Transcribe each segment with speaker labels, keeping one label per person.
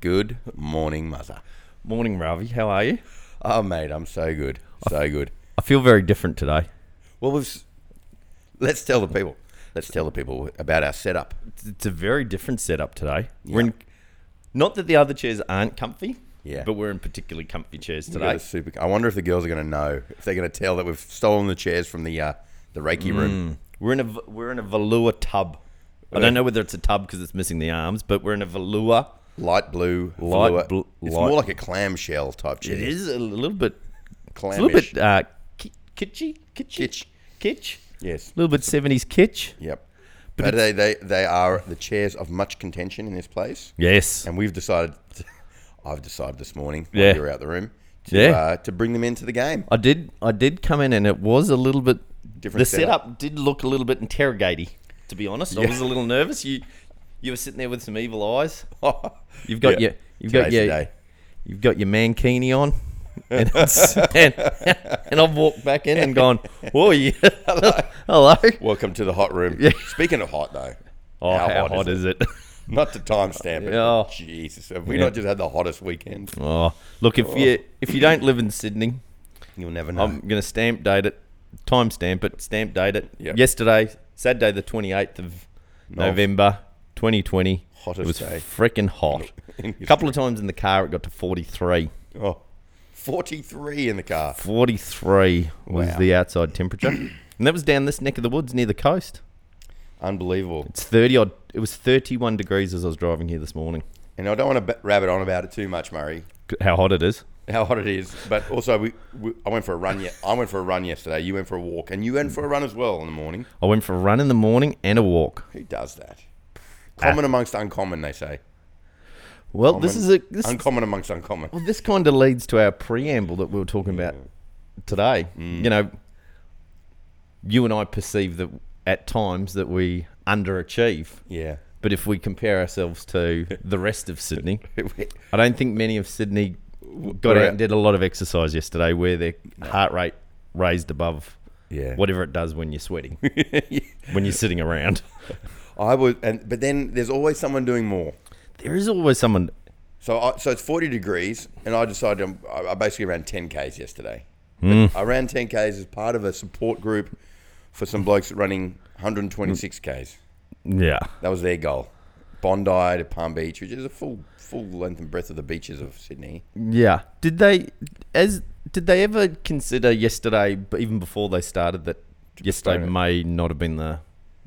Speaker 1: Good morning, mother.
Speaker 2: Morning, Ravi. How are you?
Speaker 1: Oh, mate, I'm so good. So good.
Speaker 2: I feel very different today.
Speaker 1: Well, we've, s- let's tell the people. Let's tell the people about our setup.
Speaker 2: It's- It's a very different setup today. We're
Speaker 1: Yeah.
Speaker 2: in, not that the other chairs aren't comfy,
Speaker 1: Yeah.
Speaker 2: but we're in particularly comfy chairs
Speaker 1: We've got
Speaker 2: today.
Speaker 1: a super, I wonder if the girls are going to know, if they're going to tell that we've stolen the chairs from the uh, the Reiki room.
Speaker 2: We're in a v- we're in a velour tub. I don't know whether it's a tub because it's missing the arms, but we're in a velour.
Speaker 1: Light blue.
Speaker 2: Mm. Light
Speaker 1: velour.
Speaker 2: bl-
Speaker 1: it's
Speaker 2: light-
Speaker 1: more like a clamshell type chair.
Speaker 2: It is a little bit, it's
Speaker 1: Clamish.
Speaker 2: a little bit uh, ki- kitschy, kitschy,
Speaker 1: Kitsch.
Speaker 2: kitsch,
Speaker 1: Yes.
Speaker 2: a little bit seventies kitsch.
Speaker 1: Yep. But, they, they, they are the chairs of much contention in this place.
Speaker 2: Yes,
Speaker 1: And we've decided, I've decided this morning while
Speaker 2: Yeah.
Speaker 1: you were out the room, to,
Speaker 2: Yeah.
Speaker 1: uh, to bring them into the game.
Speaker 2: I did. I did come in, and it was a little bit
Speaker 1: Different
Speaker 2: The
Speaker 1: setup.
Speaker 2: setup. did look a little bit interrogaty, to be honest. I
Speaker 1: Yeah.
Speaker 2: was a little nervous. You, you were sitting there with some evil eyes. You've got
Speaker 1: Yeah.
Speaker 2: your, you've got
Speaker 1: Today's
Speaker 2: your,
Speaker 1: the day.
Speaker 2: you've got your mankini on, and, it's- and, and I've walked back in and gone, "Whoa, you, hello,
Speaker 1: Welcome to the hot room. Speaking of hot, though.
Speaker 2: Oh, how, hot, is, it?
Speaker 1: it? Not to timestamp it.
Speaker 2: Oh.
Speaker 1: Jesus. Have we
Speaker 2: Yeah.
Speaker 1: not just had the hottest weekend?
Speaker 2: oh, look if you if you don't live in Sydney,
Speaker 1: You'll never know.
Speaker 2: I'm gonna stamp date it, time stamp it, stamp date it.
Speaker 1: Yep.
Speaker 2: Yesterday, Saturday, the 28th of November, 2020.
Speaker 1: Hottest
Speaker 2: it was
Speaker 1: day.
Speaker 2: freaking hot.
Speaker 1: In
Speaker 2: A couple of times in the car, it got to 43.
Speaker 1: oh, 43 in the car.
Speaker 2: 43 was
Speaker 1: Wow.
Speaker 2: the outside temperature, and that was down this neck of the woods near the coast.
Speaker 1: Unbelievable.
Speaker 2: It's 30 odd. It was 31 degrees as I was driving here this morning.
Speaker 1: And I don't want to rabbit on about it too much, Murray.
Speaker 2: C- How hot it is.
Speaker 1: How hot it is, but also we, we I went for a run. Yet I went for a run yesterday. You went for a walk, and you went for a run as well in the morning.
Speaker 2: I went for a run in the morning and a walk.
Speaker 1: Who does that?
Speaker 2: Ah.
Speaker 1: Common amongst uncommon, they say.
Speaker 2: Well, this is a this
Speaker 1: uncommon amongst uncommon.
Speaker 2: Well, this kind of leads to our preamble that we were talking about today. You know, you and I perceive that at times that we underachieve,
Speaker 1: Yeah.
Speaker 2: but if we compare ourselves to the rest of Sydney, I don't think many of Sydney got out and did a lot of exercise yesterday where their heart rate raised above
Speaker 1: Yeah.
Speaker 2: whatever it does when you're sweating, when you're sitting around.
Speaker 1: I would, and but then there's always someone doing more.
Speaker 2: There is always someone.
Speaker 1: So I, so it's 40 degrees, and I decided I'm- I, I basically ran 10 k's yesterday.
Speaker 2: Hmm.
Speaker 1: But I ran 10 k's as part of a support group for some blokes running 126
Speaker 2: Hmm.
Speaker 1: k's.
Speaker 2: Yeah.
Speaker 1: That was their goal. Bondi to Palm Beach, which is a full full length and breadth of the beaches of Sydney.
Speaker 2: Yeah. Did they as did they ever consider yesterday, b- even before they started, that yesterday
Speaker 1: postpone it.
Speaker 2: may not have been the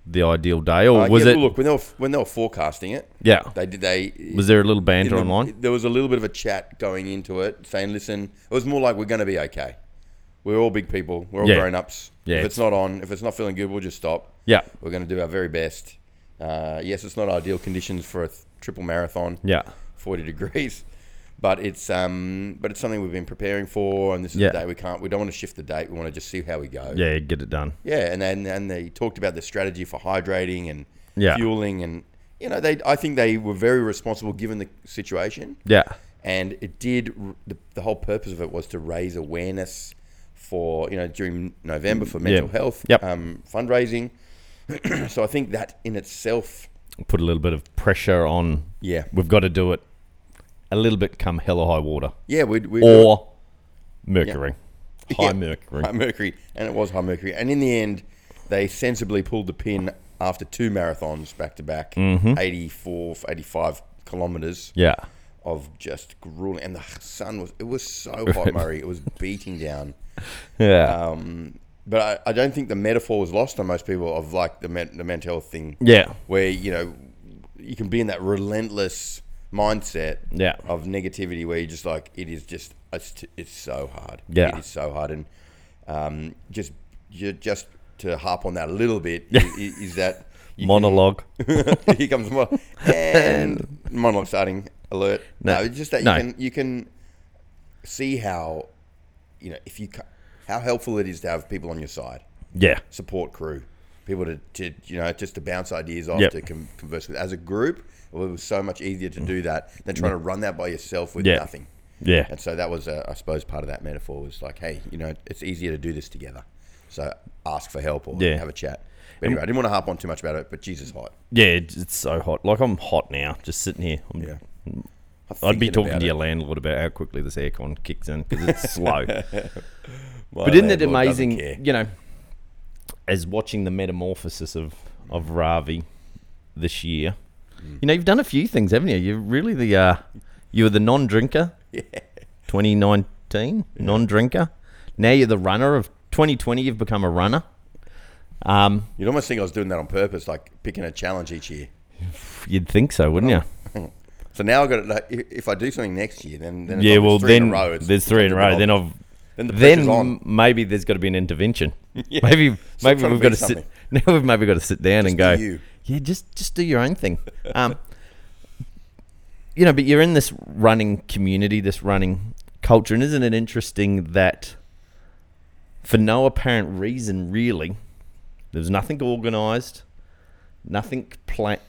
Speaker 2: the ideal day, or
Speaker 1: Uh,
Speaker 2: was
Speaker 1: yeah,
Speaker 2: it?
Speaker 1: Look, when they were when they were forecasting it,
Speaker 2: yeah.
Speaker 1: they did they
Speaker 2: Was there a little
Speaker 1: in
Speaker 2: banter
Speaker 1: the-
Speaker 2: online?
Speaker 1: There was a little bit of a chat going into it, saying, "Listen, it was more like we're going to be okay. We're all big people. We're all
Speaker 2: Yeah.
Speaker 1: grown ups.
Speaker 2: Yeah,
Speaker 1: If
Speaker 2: it's-
Speaker 1: it's not on, if it's not feeling good, we'll just stop.
Speaker 2: Yeah.
Speaker 1: We're going to do our very best. Uh, yes, it's not ideal conditions for a th- triple marathon.
Speaker 2: Yeah.
Speaker 1: 40 degrees. But it's um, but it's something we've been preparing for, and this is
Speaker 2: Yeah.
Speaker 1: the day we can't. We don't want to shift the date. We want to just see how we go.
Speaker 2: Yeah. Get it done.
Speaker 1: Yeah, and then and they talked about the strategy for hydrating and
Speaker 2: Yeah.
Speaker 1: fueling, and you know they. I think they were very responsible given the situation,
Speaker 2: Yeah.
Speaker 1: and it did. r- The, the whole purpose of it was to raise awareness for you know during November for mental health
Speaker 2: Yep.
Speaker 1: um, fundraising. so I think that in itself,
Speaker 2: Put a little bit of pressure on.
Speaker 1: yeah,
Speaker 2: We've got to do it. A little bit come hell or high water,
Speaker 1: yeah, we'd, we'd
Speaker 2: or mercury, high
Speaker 1: Yeah.
Speaker 2: mercury.
Speaker 1: high mercury, and it was high mercury, and in the end, they sensibly pulled the pin after two marathons back to back,
Speaker 2: Mm-hmm.
Speaker 1: 84, 85 kilometers.
Speaker 2: Yeah.
Speaker 1: of just grueling, and the sun was it was so hot, Murray. It was beating down.
Speaker 2: Yeah.
Speaker 1: Um, but I, I don't think the metaphor was lost on most people of like the men, the mental health thing,
Speaker 2: yeah.
Speaker 1: where you know you can be in that relentless mindset
Speaker 2: Yeah.
Speaker 1: of negativity where you're just like it is just it's, t- it's so hard.
Speaker 2: Yeah.
Speaker 1: it is so hard, and um, just you just to harp on that a little bit i- i- is, that. you can-
Speaker 2: Monologue.
Speaker 1: here comes more and monologue starting alert. No,
Speaker 2: No.
Speaker 1: it's just that you
Speaker 2: No.
Speaker 1: can you can see how you know if you ca- how helpful it is to have people on your side,
Speaker 2: Yeah.
Speaker 1: support crew, people to, to you know just to bounce ideas off
Speaker 2: Yep.
Speaker 1: to con converse with as a group. It was so much easier to do that than trying to run that by yourself with
Speaker 2: Mm-hmm. Yeah.
Speaker 1: nothing.
Speaker 2: Yeah.
Speaker 1: And so that was, uh, I suppose, part of that metaphor was like, hey, you know, it's easier to do this together. So ask for help or
Speaker 2: Yeah.
Speaker 1: have a chat. But anyway, I didn't want to harp on too much about it, but Jesus, hot.
Speaker 2: Yeah, it- it's so hot. Like I'm hot now, just sitting here. I'm,
Speaker 1: Yeah.
Speaker 2: I'd be
Speaker 1: thinking
Speaker 2: talking
Speaker 1: about
Speaker 2: to your
Speaker 1: it.
Speaker 2: landlord about how quickly this aircon kicks in because it's slow.
Speaker 1: My
Speaker 2: but isn't
Speaker 1: landlord
Speaker 2: it
Speaker 1: doesn't
Speaker 2: amazing?
Speaker 1: care.
Speaker 2: You know, as watching the metamorphosis of of Ravi this year,
Speaker 1: Mm.
Speaker 2: you know you've done a few things, haven't you? You're really the uh, you were the non-drinker, yeah. 2019 non-drinker. Now you're the runner of 2020. You've become a runner. Um,
Speaker 1: You'd almost think I was doing that on purpose, like picking a challenge each year.
Speaker 2: you'd think so, wouldn't you?
Speaker 1: So now I got it. Like, if- if I do something next year, then, then it's
Speaker 2: Yeah.
Speaker 1: like
Speaker 2: Well,
Speaker 1: it's three
Speaker 2: then
Speaker 1: in a row, it's-
Speaker 2: there's three in a row. Then I've
Speaker 1: Then the
Speaker 2: then
Speaker 1: pressure's on.
Speaker 2: maybe there's got to be an intervention. Maybe
Speaker 1: Stop
Speaker 2: maybe
Speaker 1: trying to
Speaker 2: we've
Speaker 1: be
Speaker 2: got to sit.
Speaker 1: something.
Speaker 2: Now we've maybe got to sit down and
Speaker 1: do
Speaker 2: go.
Speaker 1: you.
Speaker 2: Yeah, just just do your own thing. Um, you know, but you're in this running community, this running culture, and isn't it interesting that for no apparent reason, really, there was nothing organised, nothing planned.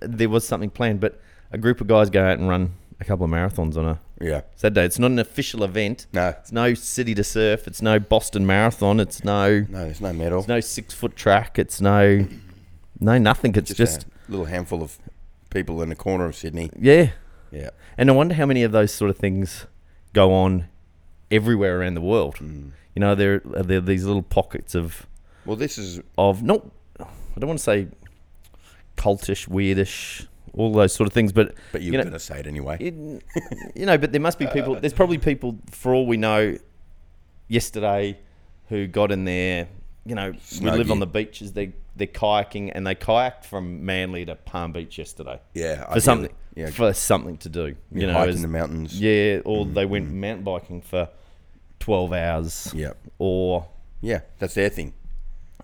Speaker 2: There was something planned, but a group of guys go out and run a couple of marathons on a
Speaker 1: yeah,
Speaker 2: Saturday. It's not an official event.
Speaker 1: no,
Speaker 2: It's no city to surf. It's no Boston Marathon. It's no
Speaker 1: no, there's no medal.
Speaker 2: it's no six foot track. It's no no nothing. It's
Speaker 1: just,
Speaker 2: just,
Speaker 1: a little handful of people in the corner of Sydney.
Speaker 2: yeah.
Speaker 1: Yeah,
Speaker 2: And I wonder how many of those sort of things go on everywhere around the world.
Speaker 1: Mm.
Speaker 2: You know, there there are these little pockets of
Speaker 1: well, this is
Speaker 2: of not I don't want to say cultish, weirdish, all those sort of things, but
Speaker 1: but you're
Speaker 2: You know-
Speaker 1: gonna say it anyway.
Speaker 2: It, you know, but there must be people. There's probably people, for all we know, yesterday, who got in there. You know, we live
Speaker 1: Snuggie.
Speaker 2: on the beaches. They they're kayaking and they kayaked from Manly to Palm Beach yesterday
Speaker 1: yeah,
Speaker 2: for something
Speaker 1: Yeah,
Speaker 2: for something to do. You know,
Speaker 1: hiking
Speaker 2: as-
Speaker 1: the mountains. Mm-hmm.
Speaker 2: yeah, or they went mountain biking for twelve hours.
Speaker 1: yeah,
Speaker 2: or
Speaker 1: yeah, that's their thing.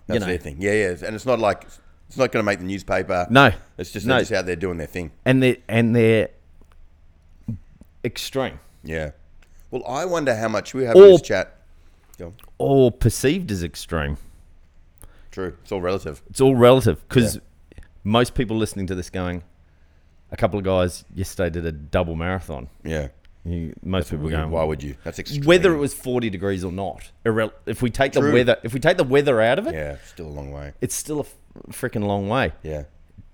Speaker 1: That's
Speaker 2: know.
Speaker 1: their thing. Yeah, yeah, and it's not like it's not gonna make the newspaper.
Speaker 2: no,
Speaker 1: it's just
Speaker 2: no.
Speaker 1: they're just out there doing their thing.
Speaker 2: and they and they're extreme
Speaker 1: Yeah. Well, I wonder how much we have
Speaker 2: Or-
Speaker 1: in this chat. Go.
Speaker 2: or perceived as extreme.
Speaker 1: True, it's all relative.
Speaker 2: it's all relative because most people listening to this going, a couple of guys yesterday did a double marathon.
Speaker 1: Yeah.
Speaker 2: You, most people are
Speaker 1: Why
Speaker 2: going,
Speaker 1: would you? That's extreme.
Speaker 2: whether it was forty degrees or not. Irrel- if we take the
Speaker 1: True.
Speaker 2: weather, if we take the weather out of it,
Speaker 1: yeah, still a long way.
Speaker 2: it's still a freaking long way.
Speaker 1: Yeah.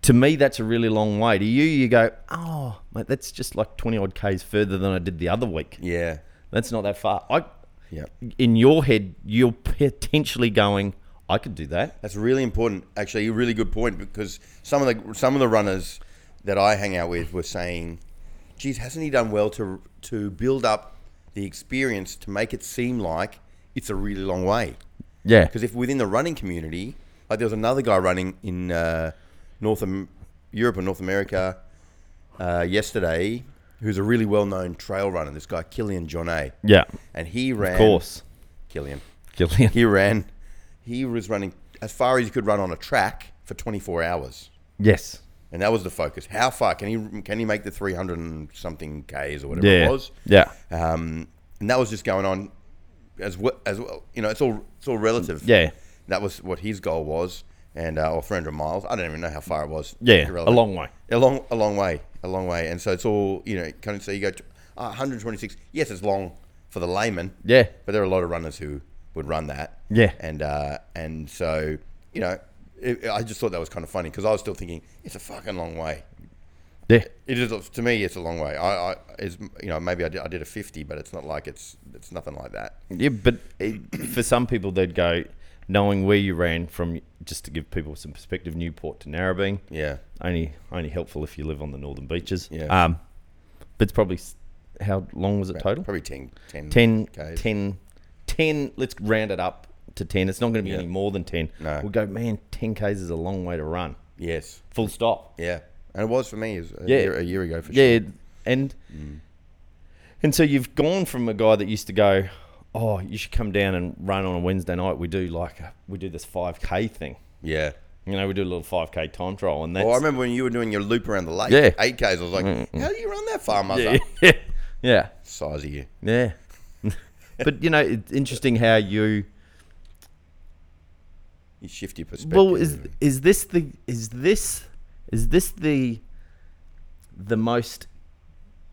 Speaker 2: To me, that's a really long way. To you, you go, oh, mate, that's just like twenty odd k's further than I did the other week.
Speaker 1: Yeah.
Speaker 2: That's not that far. I,
Speaker 1: Yeah.
Speaker 2: in your head, you're potentially going, I could do that.
Speaker 1: That's really important. Actually, a really good point because some of the some of the runners that I hang out with were saying, "Geez, hasn't he done well to to build up the experience to make it seem like it's a really long way?"
Speaker 2: Yeah,
Speaker 1: Because if within the running community, like there was another guy running in uh, North Am- Europe and North America uh, yesterday, who's a really well-known trail runner. This guy Killian John A.
Speaker 2: yeah,
Speaker 1: and he ran.
Speaker 2: of course,
Speaker 1: Killian.
Speaker 2: Gillian.
Speaker 1: He ran. He was running as far as you could run on a track for 24 hours,
Speaker 2: Yes,
Speaker 1: and that was the focus. How far can he can he make the 300 and something k's or whatever
Speaker 2: yeah,
Speaker 1: it was?
Speaker 2: yeah.
Speaker 1: Um, and that was just going on as well as well. You know, it's all it's all relative.
Speaker 2: Yeah.
Speaker 1: that was what his goal was, and uh, or 300 miles. I don't even know how far it was.
Speaker 2: Yeah,
Speaker 1: Irrelevant.
Speaker 2: a long way.
Speaker 1: a long, a long way, a long way. And so it's all you know. Kind of, so you go uh, 126. Yes, it's long for the layman.
Speaker 2: Yeah.
Speaker 1: but there are a lot of runners who would run that.
Speaker 2: Yeah.
Speaker 1: and uh, and so you know, it, I just thought that was kind of funny because I was still thinking it's a fucking long way.
Speaker 2: Yeah,
Speaker 1: It is to me, it's a long way. I, I is you know maybe I did, I did a 50, but it's not like it's it's nothing like that.
Speaker 2: yeah. But it, for some people, they'd go knowing where you ran from. Just to give people some perspective, Newport to Narrabeen
Speaker 1: Yeah,
Speaker 2: only only helpful if you live on the northern beaches.
Speaker 1: Yeah.
Speaker 2: Um, but it's probably s- how long was it total?
Speaker 1: probably 10, 10,
Speaker 2: 10,
Speaker 1: Ks.
Speaker 2: 10, 10 Let's round it up to ten. It's not going to be
Speaker 1: Yeah.
Speaker 2: any more than ten.
Speaker 1: No.
Speaker 2: We'll go, man. Ten k's is a long way to run.
Speaker 1: Yes,
Speaker 2: Full stop.
Speaker 1: yeah, and it was for me. It was a,
Speaker 2: Yeah.
Speaker 1: year, a year ago for sure.
Speaker 2: Yeah, and and so you've gone from a guy that used to go, oh, you should come down and run on a Wednesday night. We do like a, we do this five k thing.
Speaker 1: Yeah.
Speaker 2: You know, we do a little five k time trial, and that's
Speaker 1: Oh, I remember when you were doing your loop around the lake.
Speaker 2: Yeah.
Speaker 1: eight k's. I was like, how do you run that far, mother?
Speaker 2: yeah, yeah, yeah,
Speaker 1: Size of you.
Speaker 2: yeah. but you know, it's interesting how you.
Speaker 1: You shift your perspective.
Speaker 2: Well, is is this the is this is this the the most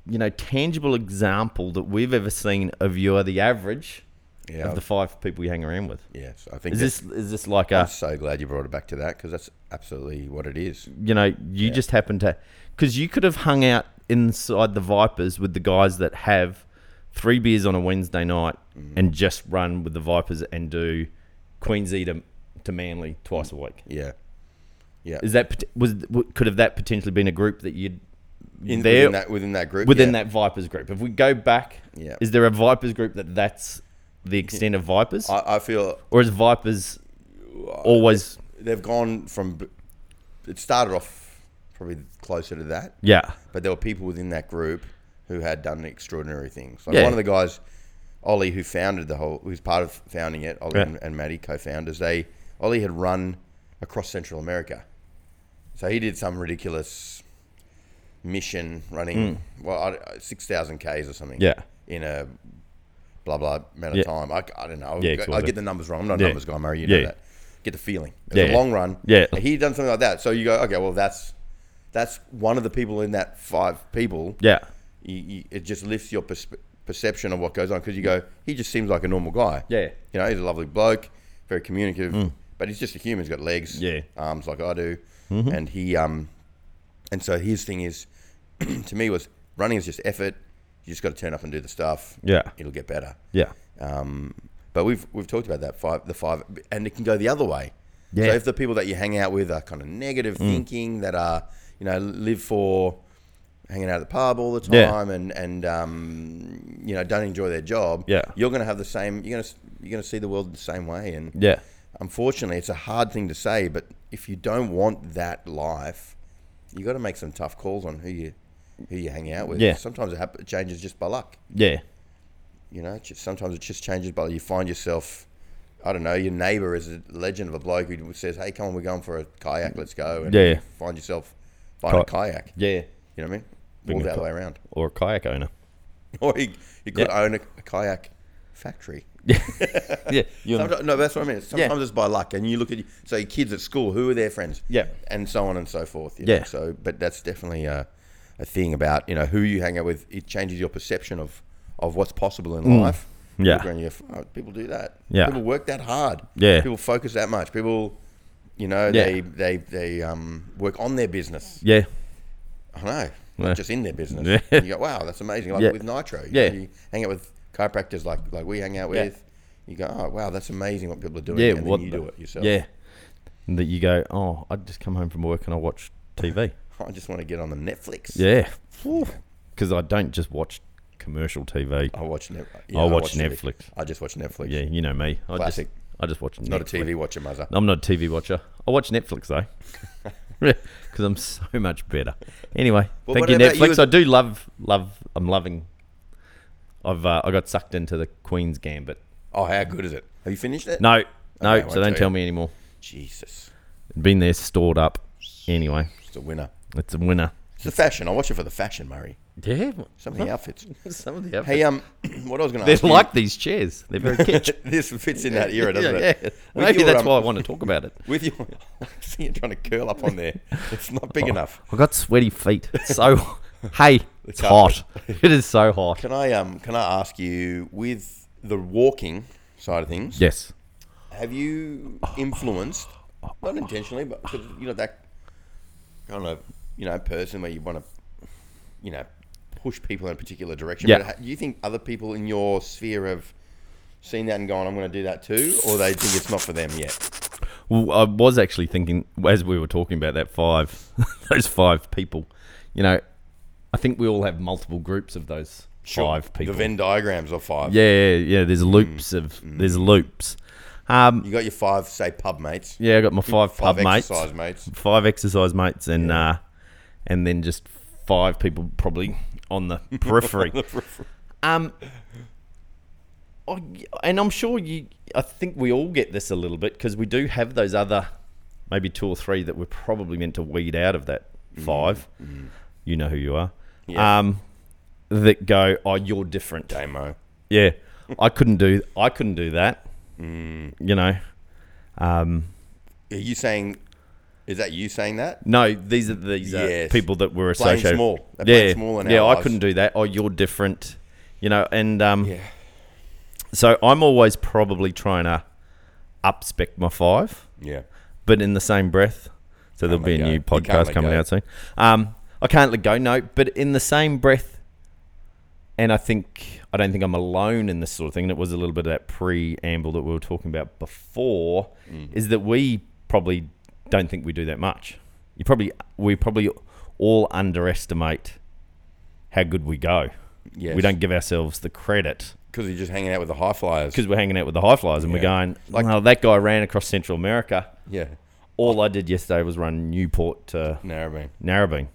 Speaker 2: you know tangible example that we've ever seen of you are the average
Speaker 1: yeah,
Speaker 2: of the five people you hang around with?
Speaker 1: yes. I think
Speaker 2: Is
Speaker 1: that's-
Speaker 2: this is this like
Speaker 1: I'm
Speaker 2: a
Speaker 1: so glad you brought it back to that because that's absolutely what it is.
Speaker 2: you know you just happen to because you could have hung out inside the Vipers with the guys that have three beers on a Wednesday night
Speaker 1: Mm-hmm.
Speaker 2: and just run with the Vipers and do Queensy to, to Manly twice a week.
Speaker 1: Yeah. Yeah.
Speaker 2: Is that pot- was w- could have that potentially been a group that you'd
Speaker 1: In,
Speaker 2: there
Speaker 1: within that within that group.
Speaker 2: within
Speaker 1: yeah.
Speaker 2: that Vipers group? If we go back,
Speaker 1: Yeah.
Speaker 2: is there a Vipers group that that's the extent of Vipers,
Speaker 1: I, I feel
Speaker 2: or is Vipers always
Speaker 1: they've gone from b- it started off probably closer to that.
Speaker 2: yeah
Speaker 1: but there were people within that group who had done extraordinary things. Like
Speaker 2: Yeah.
Speaker 1: one of the guys, Ollie, who founded the whole, who's part of founding it, Ollie
Speaker 2: Yeah.
Speaker 1: and, and Maddie, co-founders. They Ollie had run across Central America, so he did some ridiculous mission running, well, I- six thousand k's or something.
Speaker 2: Hmm. Yeah.
Speaker 1: in a blah blah amount of
Speaker 2: Yeah.
Speaker 1: time. I, I don't know.
Speaker 2: Yeah,
Speaker 1: I, I
Speaker 2: exactly.
Speaker 1: get the numbers wrong. I'm not a
Speaker 2: Yeah.
Speaker 1: numbers guy, Murray. You know
Speaker 2: Yeah.
Speaker 1: that. Get the feeling. It was
Speaker 2: Yeah,
Speaker 1: a
Speaker 2: yeah.
Speaker 1: long run.
Speaker 2: Yeah.
Speaker 1: He'd done something like that. So you go, okay, well, that's that's one of the people in that five people.
Speaker 2: yeah
Speaker 1: You, you, it just lifts your perspe- perception of what goes on because you go, he just seems like a normal guy.
Speaker 2: Yeah.
Speaker 1: You know, he's a lovely bloke, very communicative, but he's just a human. He's got legs,
Speaker 2: Hmm. Yeah. Mm-hmm.
Speaker 1: arms like I do, and he um, and so his thing is, to me, was running is just effort. You just got to turn up and do the stuff.
Speaker 2: Yeah.
Speaker 1: It'll get better.
Speaker 2: yeah
Speaker 1: Um, but we've we've talked about that five the five, and it can go the other way.
Speaker 2: Yeah. Mm.
Speaker 1: So if the people that you hang out with are kind of negative thinking, that are you know live for hanging out at the pub all the
Speaker 2: Yeah.
Speaker 1: time, and and um, you know don't enjoy their job,
Speaker 2: Yeah.
Speaker 1: you're going to have the same. You're going to you're going to see the world the same way, and
Speaker 2: yeah
Speaker 1: unfortunately, it's a hard thing to say. But if you don't want that life, you got to make some tough calls on who you who you hang out with.
Speaker 2: Yeah.
Speaker 1: Sometimes it, happen, it changes just by luck
Speaker 2: yeah
Speaker 1: you know, it's just, sometimes it just changes, but you find yourself, I don't know, your neighbour is a legend of a bloke who says, hey, come on, we're going for a kayak, let's go. And
Speaker 2: Yeah.
Speaker 1: you find yourself buying a
Speaker 2: Ki-
Speaker 1: kayak.
Speaker 2: yeah
Speaker 1: You know what I mean?
Speaker 2: Bring
Speaker 1: All
Speaker 2: a
Speaker 1: that
Speaker 2: ki-
Speaker 1: way around.
Speaker 2: or a kayak owner.
Speaker 1: Or you, you could
Speaker 2: Yeah.
Speaker 1: own a, a kayak factory.
Speaker 2: Yeah, you
Speaker 1: Sometimes, no, that's what I mean. Sometimes
Speaker 2: Yeah.
Speaker 1: it's by luck, and you look at so your kids at school, who are their friends,
Speaker 2: Yeah.
Speaker 1: and so on and so forth. you
Speaker 2: Yeah.
Speaker 1: know. So, but that's definitely a, a thing about you know who you hang out with. It changes your perception of of what's possible in life. You
Speaker 2: Mm. Yeah.
Speaker 1: look around, you go, "Oh, people do that.
Speaker 2: Yeah.
Speaker 1: people work that hard.
Speaker 2: Yeah.
Speaker 1: people focus that much. People, you know,
Speaker 2: Yeah.
Speaker 1: they they they um work on their business.
Speaker 2: yeah,
Speaker 1: I know.
Speaker 2: Yeah.
Speaker 1: Not just in their business.
Speaker 2: Yeah.
Speaker 1: And you go, wow, that's amazing. Like
Speaker 2: Yeah.
Speaker 1: with Nitro. You,
Speaker 2: Yeah.
Speaker 1: you hang out with chiropractors like like we hang out
Speaker 2: Yeah.
Speaker 1: with. You go, oh, wow, that's amazing what people are doing.
Speaker 2: yeah.
Speaker 1: and
Speaker 2: What
Speaker 1: then you
Speaker 2: the-
Speaker 1: do it yourself.
Speaker 2: Yeah, And that you go. Oh, I just come home from work and I watch TV.
Speaker 1: I just want to get on the Netflix.
Speaker 2: yeah, because I don't just watch commercial TV.
Speaker 1: I watch, Net-
Speaker 2: I
Speaker 1: yeah,
Speaker 2: watch
Speaker 1: TV.
Speaker 2: Netflix.
Speaker 1: I just watch Netflix.
Speaker 2: Yeah, you know me. I
Speaker 1: Classic.
Speaker 2: just I just watch. Netflix.
Speaker 1: Not a TV watcher, mother.
Speaker 2: I'm not a TV watcher. I watch Netflix though, because I'm so much better. Anyway,
Speaker 1: Well,
Speaker 2: thank
Speaker 1: what
Speaker 2: you
Speaker 1: about you
Speaker 2: Netflix.
Speaker 1: as-
Speaker 2: I do love love. I'm loving. I've uh, I got sucked into the Queen's Gambit.
Speaker 1: Oh, how good is it? Have you finished it?
Speaker 2: No, no.
Speaker 1: I won't
Speaker 2: so don't
Speaker 1: tell
Speaker 2: tell
Speaker 1: you.
Speaker 2: me anymore.
Speaker 1: Jesus.
Speaker 2: Been there, stored up. Anyway,
Speaker 1: It's a winner.
Speaker 2: it's a winner.
Speaker 1: It's the fashion. I watch it for the fashion, Murray.
Speaker 2: Yeah,
Speaker 1: Some of the outfits.
Speaker 2: some of the
Speaker 1: Hey, um, what I was going to
Speaker 2: they're
Speaker 1: ask you-
Speaker 2: like these chairs. They're very kitsch.
Speaker 1: this fits in that era, doesn't
Speaker 2: yeah,
Speaker 1: it?
Speaker 2: yeah.
Speaker 1: With
Speaker 2: Maybe
Speaker 1: your,
Speaker 2: that's
Speaker 1: um,
Speaker 2: why I want to talk about it.
Speaker 1: With your, I see you trying to curl up on there. It's not
Speaker 2: Oh.
Speaker 1: big enough.
Speaker 2: I got sweaty feet. It's so hey, it's
Speaker 1: carpet.
Speaker 2: hot. It is so hot.
Speaker 1: Can I um can I ask you with the walking side of things?
Speaker 2: Yes.
Speaker 1: Have you influenced, not intentionally, but because you're not that kind of you know person where you want to, you know, push people in a particular direction.
Speaker 2: Yeah.
Speaker 1: But ha- do you think other people in your sphere have seen that and gone, "I'm going to do that too," or they think it's not for them yet?
Speaker 2: Well, I was actually thinking as we were talking about that five, those five people. You know, I think we all have multiple groups of those five people.
Speaker 1: The Mm. Venn diagrams are five.
Speaker 2: yeah, yeah, yeah. There's loops of there's
Speaker 1: Mm.
Speaker 2: loops. Um,
Speaker 1: You got your five, say, pub mates.
Speaker 2: Yeah, I got my five,
Speaker 1: Five
Speaker 2: pub
Speaker 1: exercise
Speaker 2: mates,
Speaker 1: mates.
Speaker 2: five exercise mates, and uh, and then just five people probably on the periphery. um, I, and I'm sure you. I think we all get this a little bit because we do have those other maybe two or three that we're probably meant to weed out of that five. You know who you are.
Speaker 1: Yeah.
Speaker 2: Um, that go, oh, you're different.
Speaker 1: Damo.
Speaker 2: Yeah, I couldn't do. I couldn't do that. You know. Um,
Speaker 1: Are you saying? Is that you saying that?
Speaker 2: No, these are these are
Speaker 1: Yes.
Speaker 2: people that were
Speaker 1: Playing
Speaker 2: associated.
Speaker 1: small. They're playing
Speaker 2: yeah,
Speaker 1: small in
Speaker 2: yeah.
Speaker 1: our
Speaker 2: I
Speaker 1: lives.
Speaker 2: couldn't do that. Oh, you're different, you know. And um, so I'm always probably trying to upspec my five,
Speaker 1: Yeah.
Speaker 2: but in the same breath. So there'll
Speaker 1: let
Speaker 2: be a
Speaker 1: go.
Speaker 2: new
Speaker 1: You can't let
Speaker 2: podcast coming
Speaker 1: go.
Speaker 2: out soon. Um, I can't let go. No, but in the same breath, and I think I don't think I'm alone in this sort of thing. And it was a little bit of that preamble that we were talking about before,
Speaker 1: Mm.
Speaker 2: is that we probably don't think we do that much. You probably we probably all underestimate how good we go.
Speaker 1: Yes.
Speaker 2: We don't give ourselves the credit
Speaker 1: because you're just hanging out with the high flyers.
Speaker 2: because we're hanging out with the high flyers and we're
Speaker 1: Yeah.
Speaker 2: going,
Speaker 1: Like-
Speaker 2: well, that guy ran across Central America.
Speaker 1: Yeah,
Speaker 2: All I did yesterday was run Newport to
Speaker 1: Narrabeen.
Speaker 2: Narrabeen,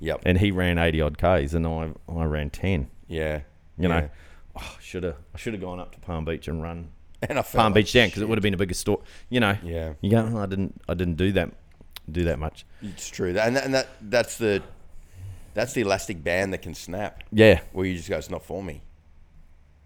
Speaker 1: Yep.
Speaker 2: and he ran eighty odd k's, and I I ran ten.
Speaker 1: yeah.
Speaker 2: You
Speaker 1: Yeah.
Speaker 2: know, oh, should have I should have gone up to Palm Beach and run
Speaker 1: and I felt
Speaker 2: Palm
Speaker 1: like
Speaker 2: Beach down because it would have been a bigger store. You know,
Speaker 1: Yeah.
Speaker 2: you go, oh, I didn't I didn't do that do that much.
Speaker 1: It's true, That- and that, and that that's the that's the elastic band that can snap.
Speaker 2: Yeah,
Speaker 1: Where you just go, it's not for me.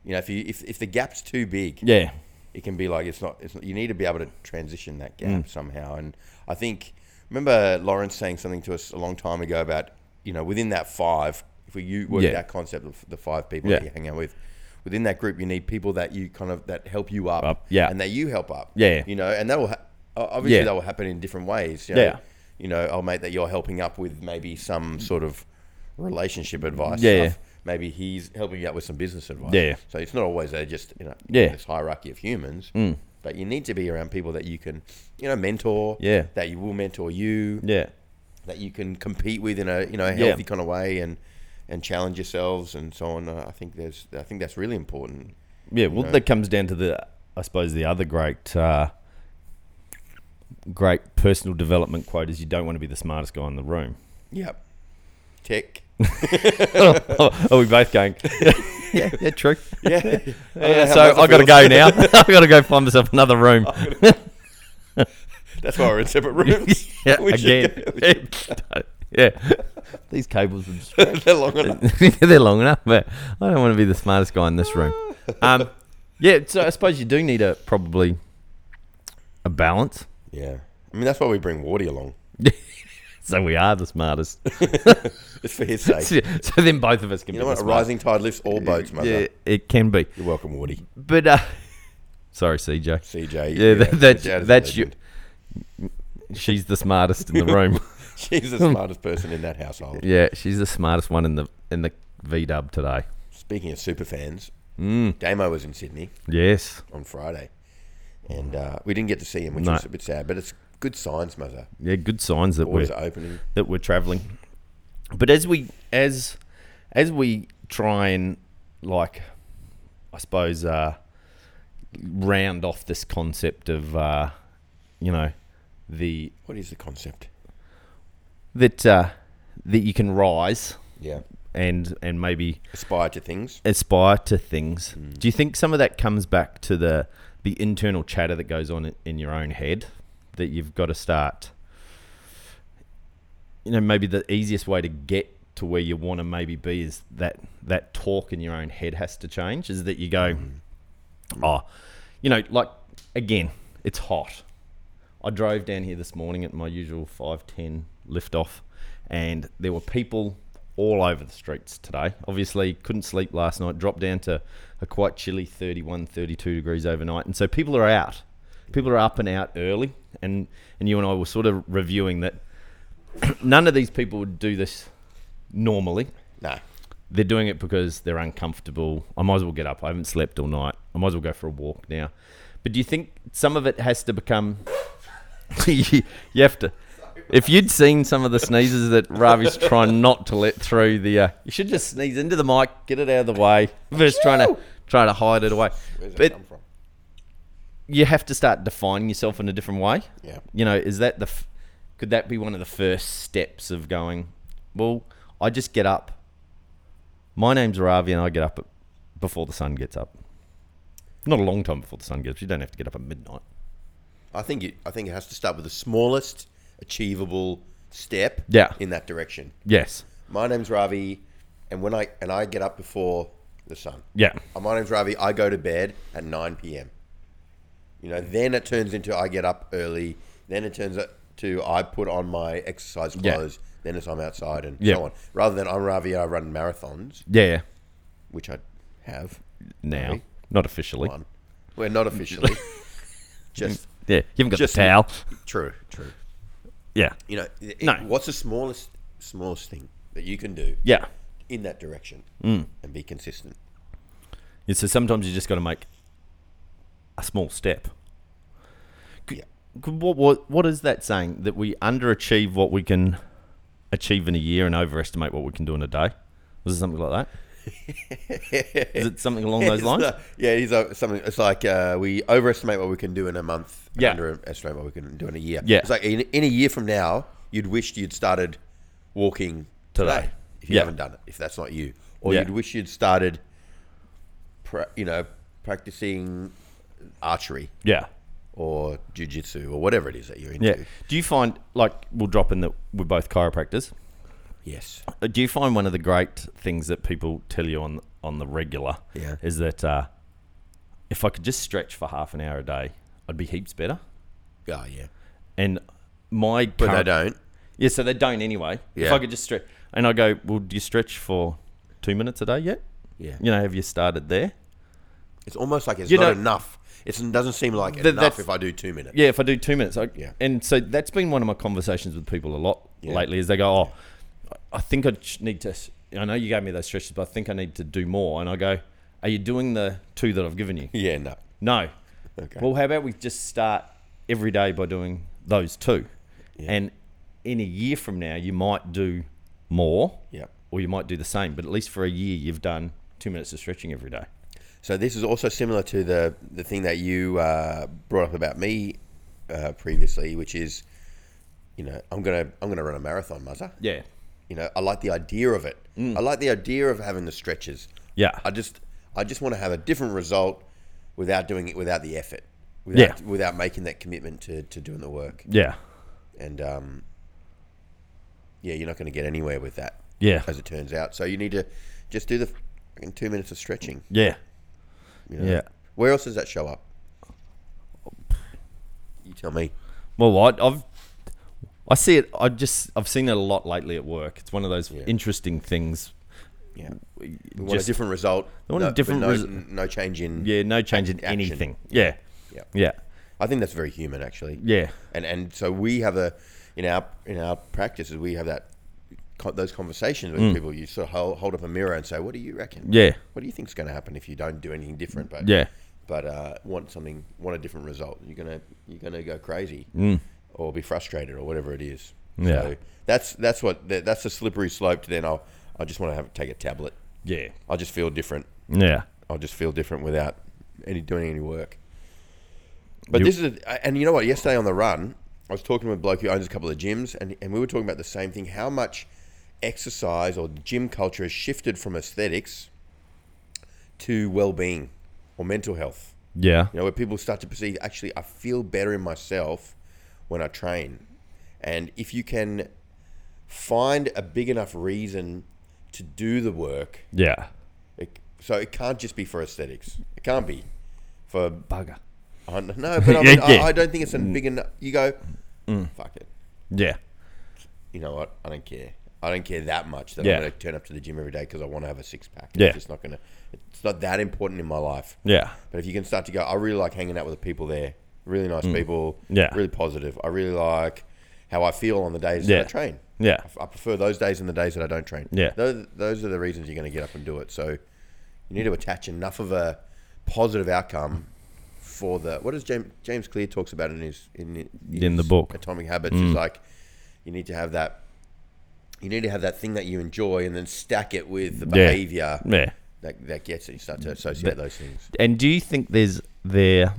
Speaker 1: You know, if you if, if the gap's too big,
Speaker 2: yeah,
Speaker 1: it can be like it's not, it's not. You need to be able to transition that gap
Speaker 2: Mm.
Speaker 1: somehow. And I think remember Lawrence saying something to us a long time ago about you know within that five, if we you work
Speaker 2: Yeah.
Speaker 1: that concept of the five people that
Speaker 2: Yeah.
Speaker 1: you hang out with. Within that group, you need people that you kind of that help you up,
Speaker 2: Up, yeah.
Speaker 1: and that you help up,
Speaker 2: Yeah.
Speaker 1: You know, and that will ha- o- obviously
Speaker 2: Yeah.
Speaker 1: that will happen in different ways. You know?
Speaker 2: Yeah.
Speaker 1: you know, oh mate, that you're helping up with maybe some sort of relationship advice.
Speaker 2: Yeah,
Speaker 1: stuff. maybe he's helping you out with some business advice.
Speaker 2: Yeah.
Speaker 1: so it's not always a just you know
Speaker 2: Yeah.
Speaker 1: this hierarchy of humans,
Speaker 2: mm,
Speaker 1: but you need to be around people that you can you know mentor.
Speaker 2: Yeah.
Speaker 1: that you will mentor you.
Speaker 2: yeah,
Speaker 1: that you can compete with in a you know healthy kind of way and and challenge yourselves and so on. Uh, I think there's I think that's really important.
Speaker 2: yeah. Well,
Speaker 1: know.
Speaker 2: that comes down to the I suppose the other great. Uh, Great personal development quote is you don't want to be the smartest guy in the room.
Speaker 1: Yep. Tech.
Speaker 2: Are we both going? yeah, yeah, true.
Speaker 1: Yeah.
Speaker 2: Yeah, so I got to go now. I got to go find myself another room.
Speaker 1: That's why we're in separate rooms.
Speaker 2: yeah,
Speaker 1: We should
Speaker 2: again.
Speaker 1: go- we should
Speaker 2: yeah, these cables are just
Speaker 1: They're long enough.
Speaker 2: they're long enough, but I don't want to be the smartest guy in this room. Um, yeah, so I suppose you do need a probably a balance.
Speaker 1: Yeah. I mean, that's why we bring Wardy along.
Speaker 2: So we are the smartest.
Speaker 1: It's for his sake.
Speaker 2: so then both of us can
Speaker 1: You
Speaker 2: be
Speaker 1: know what?
Speaker 2: the
Speaker 1: A
Speaker 2: smartest.
Speaker 1: rising tide lifts all boats, mother.
Speaker 2: Yeah, it can be.
Speaker 1: You're welcome, Wardy.
Speaker 2: But uh, sorry, CJ.
Speaker 1: CJ.
Speaker 2: Yeah, that, that's
Speaker 1: CJ is a
Speaker 2: that's you.
Speaker 1: legend.
Speaker 2: She's the smartest in the room.
Speaker 1: She's the smartest person in that household.
Speaker 2: yeah, she's the smartest one in the in the V Dub today.
Speaker 1: Speaking of super fans, Damo was in Sydney
Speaker 2: Yes.
Speaker 1: on Friday, and uh, we didn't get to see him, which
Speaker 2: No.
Speaker 1: was a bit sad. But it's good signs, mother.
Speaker 2: Yeah, good signs that
Speaker 1: Always
Speaker 2: we're
Speaker 1: opening.
Speaker 2: that we're traveling. But as we as as we try and like I suppose uh round off this concept of uh you know the
Speaker 1: What is the concept?
Speaker 2: that uh that you can rise
Speaker 1: Yeah,
Speaker 2: and and maybe
Speaker 1: aspire to things.
Speaker 2: aspire to things. Do you think some of that comes back to the the internal chatter that goes on in- in your own head that you've got to start? You know, maybe the easiest way to get to where you want to maybe be is that that talk in your own head has to change. Is that you go, oh, you know, like again, it's hot. I drove down here this morning at my usual five ten lift off, and there were people all over the streets today. Obviously, couldn't sleep last night. Dropped down to a quite chilly 31, 32 degrees overnight, and so people are out. People are up and out early, and and you and I were sort of reviewing that. none of these people would do this normally
Speaker 1: No.
Speaker 2: they're doing it because they're uncomfortable. I might as well get up. I haven't slept all night. I might as well go for a walk now. But do you think some of it has to become? you you have to. If you'd seen some of the sneezes that Ravi's trying not to let through the, uh, you should just sneeze into the mic, get it out of the way. Versus trying to trying to hide it away.
Speaker 1: Where's that
Speaker 2: But
Speaker 1: come from?
Speaker 2: you have to start defining yourself in a different way.
Speaker 1: Yeah.
Speaker 2: You know, is that the f- could that be one of the first steps of going? Well, I just get up. My name's Ravi, and I get up at, before the sun gets up. Not a long time before the sun gets. up. You don't have to get up at midnight.
Speaker 1: I think it, I think it has to start with the smallest achievable step.
Speaker 2: Yeah.
Speaker 1: In that direction.
Speaker 2: Yes.
Speaker 1: My name's Ravi, and when I and I get up before the sun.
Speaker 2: Yeah.
Speaker 1: Uh, My name's Ravi. I go to bed at 9 p.m. You know, then it turns into I get up early. Then it turns up to I put on my exercise
Speaker 2: Yeah.
Speaker 1: clothes. Then it's I'm outside and
Speaker 2: Yeah.
Speaker 1: so on. Rather than I'm Ravi, I run marathons,
Speaker 2: Yeah.
Speaker 1: which I have
Speaker 2: Now,
Speaker 1: Really?
Speaker 2: not officially.
Speaker 1: one. We're not officially. just
Speaker 2: Yeah. You haven't got
Speaker 1: Just-
Speaker 2: the towel.
Speaker 1: true, true.
Speaker 2: Yeah.
Speaker 1: You know, it-
Speaker 2: No.
Speaker 1: what's the smallest smallest thing that you can do
Speaker 2: Yeah. Mm.
Speaker 1: in that direction and be consistent.
Speaker 2: Yeah, so sometimes you just got to make a small step. C-
Speaker 1: Yeah.
Speaker 2: c- What, what what is that saying that we underachieve what we can achieve in a year and overestimate what we can do in a day? Was it something like that? is it something along those
Speaker 1: It's
Speaker 2: lines?
Speaker 1: like- yeah, it is uh, something. It's like uh, we overestimate what we can do in a month, and
Speaker 2: Yeah.
Speaker 1: underestimate what we can do in a year.
Speaker 2: Yeah.
Speaker 1: it's like in, in a year from now, you'd wished you'd started walking today,
Speaker 2: Today.
Speaker 1: if you
Speaker 2: Yeah.
Speaker 1: haven't done it. If that's not you, or
Speaker 2: Yeah.
Speaker 1: you'd wish you'd started, pra- you know, practicing archery
Speaker 2: Yeah.
Speaker 1: or jujitsu or whatever it is that you're into.
Speaker 2: Yeah. Do you find like we'll drop in that we're both chiropractors?
Speaker 1: Yes.
Speaker 2: Uh, Do you find one of the great things that people tell you on on the regular
Speaker 1: Yeah.
Speaker 2: is that uh, if I could just stretch for half an hour a day, I'd be heaps better.
Speaker 1: Oh yeah.
Speaker 2: And my
Speaker 1: But they
Speaker 2: current-
Speaker 1: don't.
Speaker 2: Yeah, so they don't anyway. If
Speaker 1: Yeah.
Speaker 2: I could just stretch, and I go, well, do you stretch for two minutes a day yet?
Speaker 1: Yeah.
Speaker 2: You know, have you started there?
Speaker 1: It's almost like it's
Speaker 2: You
Speaker 1: not
Speaker 2: know-
Speaker 1: enough. It's, it doesn't seem like
Speaker 2: Th-
Speaker 1: enough
Speaker 2: that's-
Speaker 1: if I do two minutes.
Speaker 2: Yeah, if I do two minutes, I,
Speaker 1: Yeah.
Speaker 2: And so that's been one of my conversations with people a lot
Speaker 1: Yeah.
Speaker 2: lately. Is they go, oh, I think I ch- need to. s- I know you gave me those stretches, but I think I need to do more. And I go, are you doing the two that I've given you?
Speaker 1: Yeah. No.
Speaker 2: No.
Speaker 1: Okay.
Speaker 2: Well, how about we just start every day by doing those two,
Speaker 1: Yeah.
Speaker 2: and in a year from now, you might do more.
Speaker 1: Yeah.
Speaker 2: or you might do the same, but at least for a year you've done two minutes of stretching every day.
Speaker 1: So this is also similar to the the thing that you uh, brought up about me uh, previously, which is, you know, I'm gonna I'm gonna run a marathon, Muzza.
Speaker 2: Yeah. Mm.
Speaker 1: You know, I like the idea of it. I like the idea of having the stretches.
Speaker 2: Yeah.
Speaker 1: I just I just want to have a different result without doing it without the effort, without,
Speaker 2: Yeah.
Speaker 1: without making that commitment to, to doing the work.
Speaker 2: Yeah.
Speaker 1: And um, yeah, you're not going to get anywhere with that,
Speaker 2: Yeah.
Speaker 1: as it turns out. So you need to just do the fucking two minutes of stretching.
Speaker 2: Yeah.
Speaker 1: you know?
Speaker 2: Yeah.
Speaker 1: Where else does that show up? You tell me.
Speaker 2: Well, I, I've I see it. I just I've seen it a lot lately at work. It's one of those
Speaker 1: Yeah.
Speaker 2: interesting things.
Speaker 1: Yeah. We want
Speaker 2: Just
Speaker 1: a different result.
Speaker 2: They want a
Speaker 1: no- but
Speaker 2: different
Speaker 1: no,
Speaker 2: res-
Speaker 1: no change in.
Speaker 2: yeah, no change in
Speaker 1: Action.
Speaker 2: anything. Yeah.
Speaker 1: Yeah.
Speaker 2: Yeah.
Speaker 1: I think that's very human, actually.
Speaker 2: Yeah.
Speaker 1: And and so we have a in our in our practices we have that co- those conversations with people. You sort of hold, hold up a mirror and say, "What do you reckon?
Speaker 2: Mm. Yeah.
Speaker 1: What do you think's going to happen if you don't do anything different?" But
Speaker 2: Yeah.
Speaker 1: but uh, want something, want a different result. You're gonna you're gonna go crazy or be frustrated or whatever it is.
Speaker 2: Mm. Yeah.
Speaker 1: So that's that's what that, that's a slippery slope. To then I'll I just want to have take a tablet.
Speaker 2: Yeah.
Speaker 1: I'll just feel different.
Speaker 2: Yeah.
Speaker 1: I'll just feel different without any doing any work. But
Speaker 2: You-
Speaker 1: this is a, and you know what? Yesterday on the run, I was talking with a bloke who owns a couple of gyms, and and we were talking about the same thing. How much exercise or gym culture has shifted from aesthetics to well-being or mental health.
Speaker 2: Yeah.
Speaker 1: You know, where people start to perceive, actually, I feel better in myself when I train. And if you can find a big enough reason to do the work,
Speaker 2: Yeah.
Speaker 1: it, so it can't just be for aesthetics. It can't be for.
Speaker 2: Bugger.
Speaker 1: I don't- No, but I, mean,
Speaker 2: Yeah, yeah. Mm.
Speaker 1: I, I don't think it's a big enough. You go, fuck it.
Speaker 2: Yeah.
Speaker 1: You know what? I don't care. I don't care that much that
Speaker 2: Yeah.
Speaker 1: I'm going to turn up to the gym every day because I want to have a six pack.
Speaker 2: Yeah.
Speaker 1: It's just not going to. It's not that important in my life.
Speaker 2: Yeah.
Speaker 1: But if you can start to go, I really like hanging out with the people there. Really nice people.
Speaker 2: Mm. Yeah.
Speaker 1: Really positive. I really like how I feel on the days
Speaker 2: Yeah.
Speaker 1: that I train.
Speaker 2: Yeah.
Speaker 1: I f- I prefer those days and the days that I don't train.
Speaker 2: Yeah.
Speaker 1: Those, those are the reasons you're going to get up and do it. So you need to attach enough of a positive outcome for the. What does James, James Clear talks about in his in, his
Speaker 2: In the book. Mm.
Speaker 1: Atomic Habits is like you need to have that. You need to have that thing that you enjoy, and then stack it with the
Speaker 2: Yeah.
Speaker 1: behavior
Speaker 2: Yeah.
Speaker 1: that, that gets it. You start to associate those things.
Speaker 2: And do you think there's there?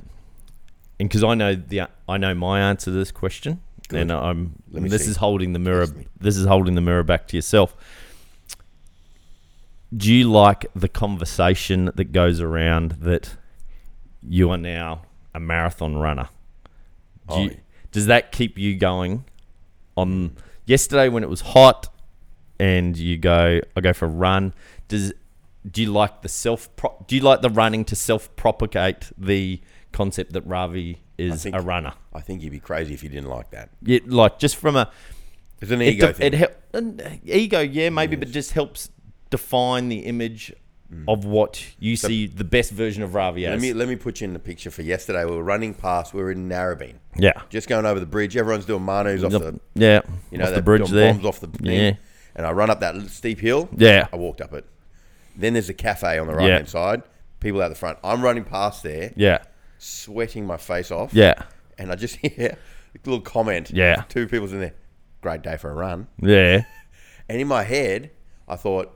Speaker 2: And because I know the I know my answer to this question,
Speaker 1: Good.
Speaker 2: and I'm
Speaker 1: Let me
Speaker 2: this
Speaker 1: see.
Speaker 2: is holding the mirror.
Speaker 1: Test me.
Speaker 2: This is holding the mirror back to yourself. Do you like the conversation that goes around that you are now a marathon runner? Do
Speaker 1: Oh,
Speaker 2: you-
Speaker 1: yeah.
Speaker 2: does that keep you going? On yesterday when it was hot, and you go, I go for a run. Does do you like the self? Pro- do you like the running to self propagate the concept that Ravi is
Speaker 1: think-
Speaker 2: a runner?
Speaker 1: I think you'd be crazy if you didn't like that.
Speaker 2: It, like just from a
Speaker 1: It's an
Speaker 2: it
Speaker 1: ego
Speaker 2: def-
Speaker 1: thing. Mm.
Speaker 2: it hel- an- ego, yeah, maybe, but just helps define the image of what you see the best version of Ravi
Speaker 1: let
Speaker 2: as.
Speaker 1: me let me put you in the picture for yesterday. We were running past. We were in Narrabeen,
Speaker 2: yeah,
Speaker 1: just going over the bridge. Everyone's doing manos off the
Speaker 2: yeah,
Speaker 1: you know
Speaker 2: off
Speaker 1: they're
Speaker 2: the bridge
Speaker 1: doing
Speaker 2: there.
Speaker 1: bombs off the thing.
Speaker 2: Yeah.
Speaker 1: and I run up that steep hill.
Speaker 2: Yeah.
Speaker 1: I walked up it. Then there's a cafe on the right hand side. People out the front. I'm running past there,
Speaker 2: Yeah.
Speaker 1: sweating my face off.
Speaker 2: Yeah.
Speaker 1: And I just hear a little comment.
Speaker 2: Yeah.
Speaker 1: Two people's in there. Great day for a run.
Speaker 2: Yeah.
Speaker 1: And in my head, I thought,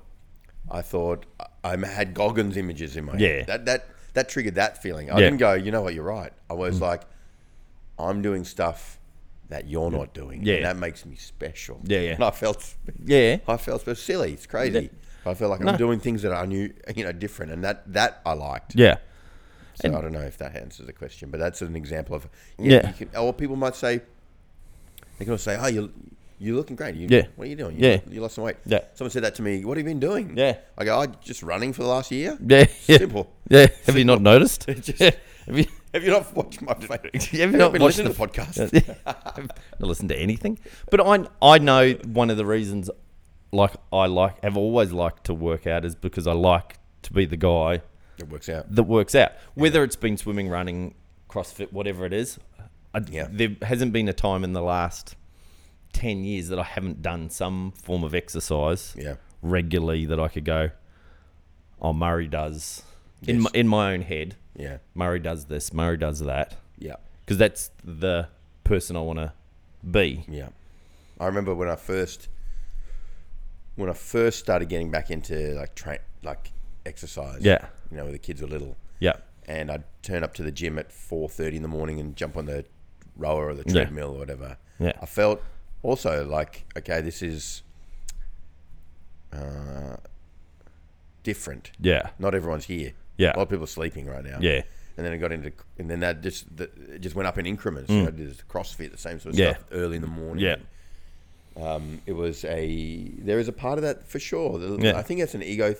Speaker 1: I thought I had Goggins images in my
Speaker 2: Yeah.
Speaker 1: head. That that that triggered that feeling. I
Speaker 2: Yeah. Mm.
Speaker 1: didn't go. You know what? You're right. I was like, I'm doing stuff that you're not doing.
Speaker 2: Yeah.
Speaker 1: And that makes me special.
Speaker 2: Yeah, yeah.
Speaker 1: And I felt, spe-
Speaker 2: Yeah.
Speaker 1: I felt special. silly. It's crazy. I felt like I'm doing things that are new, you know, different, and that that I liked.
Speaker 2: Yeah.
Speaker 1: So I don't know if that answers the question, but that's an example of
Speaker 2: Yeah.
Speaker 1: You can, or people might say they can all say, "Oh, you you're looking great. You,
Speaker 2: Yeah.
Speaker 1: What are you doing? You,
Speaker 2: Yeah.
Speaker 1: You lost some weight.
Speaker 2: Yeah.
Speaker 1: Someone said that to me. What have you been doing?
Speaker 2: Yeah.
Speaker 1: I go, "I just running for the last year.
Speaker 2: Yeah. Yeah.
Speaker 1: Simple.
Speaker 2: Yeah. Have you not noticed?
Speaker 1: just-
Speaker 2: yeah. Have you?
Speaker 1: Have you not watched my face?
Speaker 2: Have you not
Speaker 1: been
Speaker 2: watched
Speaker 1: listening to
Speaker 2: the-
Speaker 1: the podcast?
Speaker 2: I've not listened to anything. But I I know one of the reasons like I like have always liked to work out is because I like to be the guy
Speaker 1: It works out.
Speaker 2: that works out. Whether it's been swimming, running, CrossFit, whatever it is, I,
Speaker 1: Yeah.
Speaker 2: there hasn't been a time in the last 10 years that I haven't done some form of exercise
Speaker 1: Yeah.
Speaker 2: regularly that I could go, oh, Murray does. In,
Speaker 1: Yes.
Speaker 2: my, in my own head,
Speaker 1: Yeah.
Speaker 2: Murray does this, Murray does that.
Speaker 1: Yeah.
Speaker 2: Because that's the person I want to be.
Speaker 1: Yeah. I remember when I first when I first started getting back into like train like exercise.
Speaker 2: Yeah.
Speaker 1: You know, when the kids were little.
Speaker 2: Yeah.
Speaker 1: and I'd turn up to the gym at four thirty in the morning and jump on the rower or the
Speaker 2: Yeah.
Speaker 1: treadmill or whatever.
Speaker 2: Yeah.
Speaker 1: I felt also like okay, this is uh, different.
Speaker 2: Yeah.
Speaker 1: Not everyone's here.
Speaker 2: Yeah.
Speaker 1: a lot of people are sleeping right now.
Speaker 2: Yeah.
Speaker 1: and then I got into and then that just the, it just went up in increments. I did this CrossFit, the same sort of
Speaker 2: Mm. Yeah.
Speaker 1: stuff early in the morning.
Speaker 2: Yeah.
Speaker 1: Um, it was a there is a part of that for sure. The-
Speaker 2: Yeah.
Speaker 1: I think that's an ego.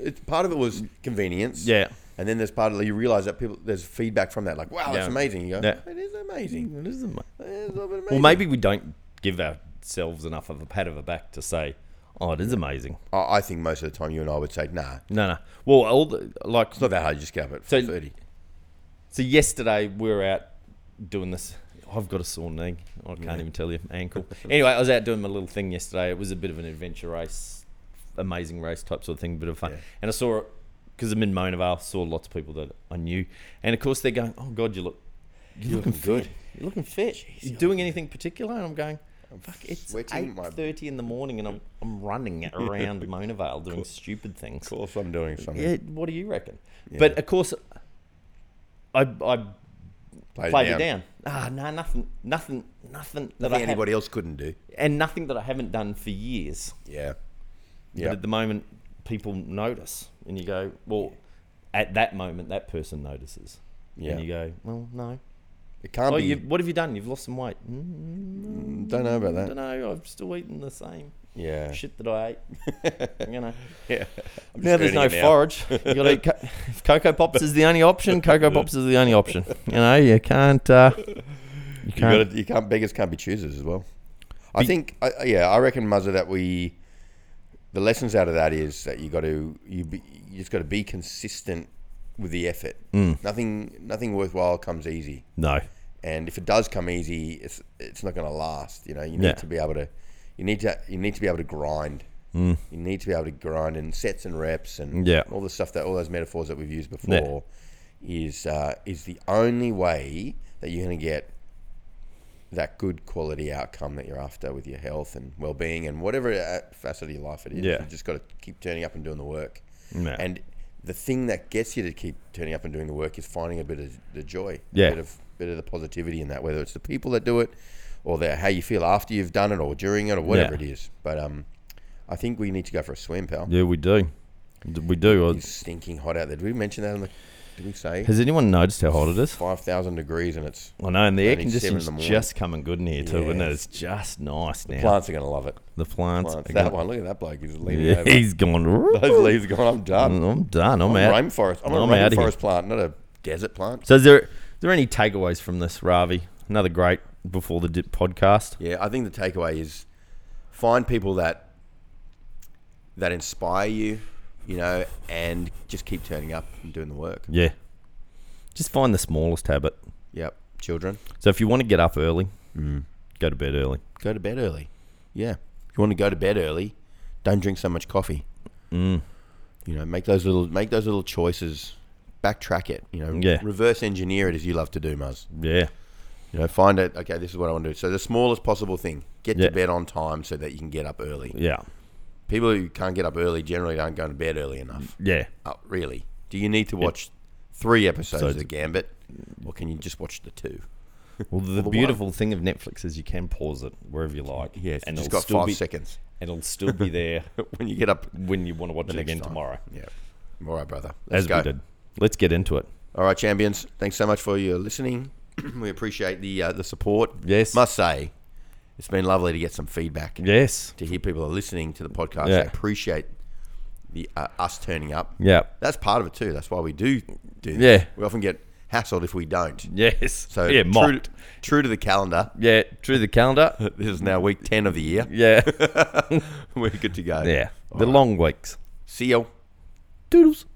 Speaker 1: It's part of it was convenience.
Speaker 2: Yeah.
Speaker 1: And then there's part of you realize that people there's feedback from that like wow that's
Speaker 2: Yeah.
Speaker 1: amazing. You go
Speaker 2: Yeah.
Speaker 1: it is amazing.
Speaker 2: It is ama-
Speaker 1: It is amazing.
Speaker 2: Well, maybe we don't give ourselves enough of a pat of the back to say, oh, it is amazing.
Speaker 1: I, I think most of the time you and I would say nah. It's
Speaker 2: No, no. Well, all the, like,
Speaker 1: not that hard. You just get up at
Speaker 2: So-
Speaker 1: thirty.
Speaker 2: so yesterday we were out doing this. I've got a sore knee. I can't even tell you, ankle. anyway, I was out doing my little thing yesterday. It was a bit of an adventure race, amazing race type sort of thing, bit of fun.
Speaker 1: Yeah.
Speaker 2: And I saw, because I'm in Mona Vale, saw lots of people that I knew. And of course, they're going, oh, God, you look. You're, looking, good. You're looking fit. you doing anything particular? And I'm going, fuck, it's
Speaker 1: sweating my-
Speaker 2: 8.30 in the morning and I'm, I'm running around Mona Vale doing stupid things.
Speaker 1: Of course I'm doing something.
Speaker 2: Yeah, what do you reckon? But of course, I I
Speaker 1: Play
Speaker 2: played it down. Ah, no, nothing, nothing, nothing that
Speaker 1: Nothing
Speaker 2: I
Speaker 1: anybody else couldn't do.
Speaker 2: have, and nothing that I haven't done for years.
Speaker 1: Yeah.
Speaker 2: But
Speaker 1: Yeah.
Speaker 2: at the moment, people notice, and you go, well, at that moment, that person notices.
Speaker 1: Yeah.
Speaker 2: And you go, well, no.
Speaker 1: It can't
Speaker 2: Oh,
Speaker 1: be.
Speaker 2: you, what have you done? You've lost some weight. Mm,
Speaker 1: Don't know about
Speaker 2: I
Speaker 1: that.
Speaker 2: don't know. I've still eaten the same
Speaker 1: Yeah.
Speaker 2: shit that I ate. you know.
Speaker 1: Yeah. I'm just
Speaker 2: Now there's
Speaker 1: earning
Speaker 2: no
Speaker 1: it now.
Speaker 2: forage. You got to eat co- if Cocoa Pops is the only option. Cocoa Pops is the only option. You know, you can't. Uh, you
Speaker 1: You, gotta,
Speaker 2: can't.
Speaker 1: you can't beggars can't be choosers as well. I think I, I- yeah, I reckon Muzza that we the lessons out of that is that you got to you be, you just got to be consistent with the effort. Nothing nothing worthwhile comes easy,
Speaker 2: No.
Speaker 1: and if it does come easy, it's it's not going to last. You know, you need
Speaker 2: Yeah.
Speaker 1: to be able to you need to you need to be able to grind. You need to be able to grind and sets and reps and
Speaker 2: Mm. Yeah.
Speaker 1: all the stuff that all those metaphors that we've used before is uh, is the only way that you're going to get that good quality outcome that you're after with your health and well-being and whatever uh, facet of your life it is.
Speaker 2: Yeah.
Speaker 1: You've just got to keep turning up and doing the work.
Speaker 2: Yeah.
Speaker 1: And the thing that gets you to keep turning up and doing the work is finding a bit of the joy,
Speaker 2: Yeah.
Speaker 1: a bit of bit of the positivity in that, whether it's the people that do it or the how you feel after you've done it or during it or whatever
Speaker 2: Yeah.
Speaker 1: it is. But um, I think we need to go for a swim, pal.
Speaker 2: Yeah, we do. D- We do. I-
Speaker 1: It's stinking hot out there. Did we mention that on the? Did we say
Speaker 2: Has anyone noticed how hot it is?
Speaker 1: five thousand degrees and it's
Speaker 2: I know, and the air
Speaker 1: Only seven in
Speaker 2: conditioning's
Speaker 1: the morning.
Speaker 2: just coming good in here too, isn't it?
Speaker 1: Yes.
Speaker 2: It's just nice now.
Speaker 1: plants are gonna love it.
Speaker 2: the plants.
Speaker 1: Plants.
Speaker 2: are
Speaker 1: That
Speaker 2: gonna-
Speaker 1: one. Look at that bloke. He's leaning
Speaker 2: Yeah,
Speaker 1: over.
Speaker 2: he's gone.
Speaker 1: Those leaves are gone. I'm done.
Speaker 2: I'm done. I'm,
Speaker 1: I'm
Speaker 2: out.
Speaker 1: rainforest. I'm,
Speaker 2: I'm
Speaker 1: a
Speaker 2: outta here.
Speaker 1: rainforest plant, not a desert plant.
Speaker 2: So is there, is there any takeaways from this, Ravi? Another great before the dip podcast.
Speaker 1: Yeah, I think the takeaway is find people that that inspire you, you know, and just keep turning up and doing the work.
Speaker 2: Yeah. Just find the smallest habit.
Speaker 1: Yep. Children,
Speaker 2: So if you want to get
Speaker 1: Mm.
Speaker 2: up early, go to bed early.
Speaker 1: go to bed early. Yeah. If you want to go to bed early, don't drink so much coffee.
Speaker 2: Mm.
Speaker 1: You know, make those little make those little choices. Backtrack it. You know,
Speaker 2: Yeah.
Speaker 1: reverse engineer it as you love to do, Muzz.
Speaker 2: Yeah.
Speaker 1: You know, find it. Okay, this is what I want to do. So the smallest possible thing. Get
Speaker 2: Yeah.
Speaker 1: to bed on time so that you can get up early.
Speaker 2: Yeah.
Speaker 1: People who can't get up early generally don't go to bed early enough.
Speaker 2: Yeah.
Speaker 1: Oh, really? Do you need to watch three episodes of
Speaker 2: Episodes.
Speaker 1: The Gambit, or can you just watch the two?
Speaker 2: Well, the,
Speaker 1: one.
Speaker 2: beautiful thing of Netflix is you can pause it wherever you like.
Speaker 1: Yes,
Speaker 2: and
Speaker 1: just
Speaker 2: it'll
Speaker 1: got
Speaker 2: still
Speaker 1: five
Speaker 2: be,
Speaker 1: seconds
Speaker 2: and it'll still be there
Speaker 1: when you get up
Speaker 2: when you want to watch it
Speaker 1: next
Speaker 2: again
Speaker 1: time.
Speaker 2: tomorrow.
Speaker 1: Yeah. All right, brother. Let's
Speaker 2: as
Speaker 1: go.
Speaker 2: we did. Let's get into it.
Speaker 1: All right, champions. Thanks so much for your listening. we appreciate the uh, the support.
Speaker 2: Yes.
Speaker 1: Must say, it's been lovely to get some feedback.
Speaker 2: Yes.
Speaker 1: To hear people are listening to the podcast,
Speaker 2: Yeah.
Speaker 1: they appreciate the uh, us turning up.
Speaker 2: Yeah.
Speaker 1: That's part of it too. That's why we do do. This.
Speaker 2: Yeah.
Speaker 1: We often get hassled if we don't.
Speaker 2: Yes.
Speaker 1: So
Speaker 2: yeah,
Speaker 1: true,
Speaker 2: mocked.
Speaker 1: true to the calendar.
Speaker 2: Yeah, true the calendar.
Speaker 1: This is now week ten of the year.
Speaker 2: Yeah.
Speaker 1: We're good to go.
Speaker 2: yeah.
Speaker 1: All
Speaker 2: the
Speaker 1: right.
Speaker 2: long weeks.
Speaker 1: See you.
Speaker 2: Doodles.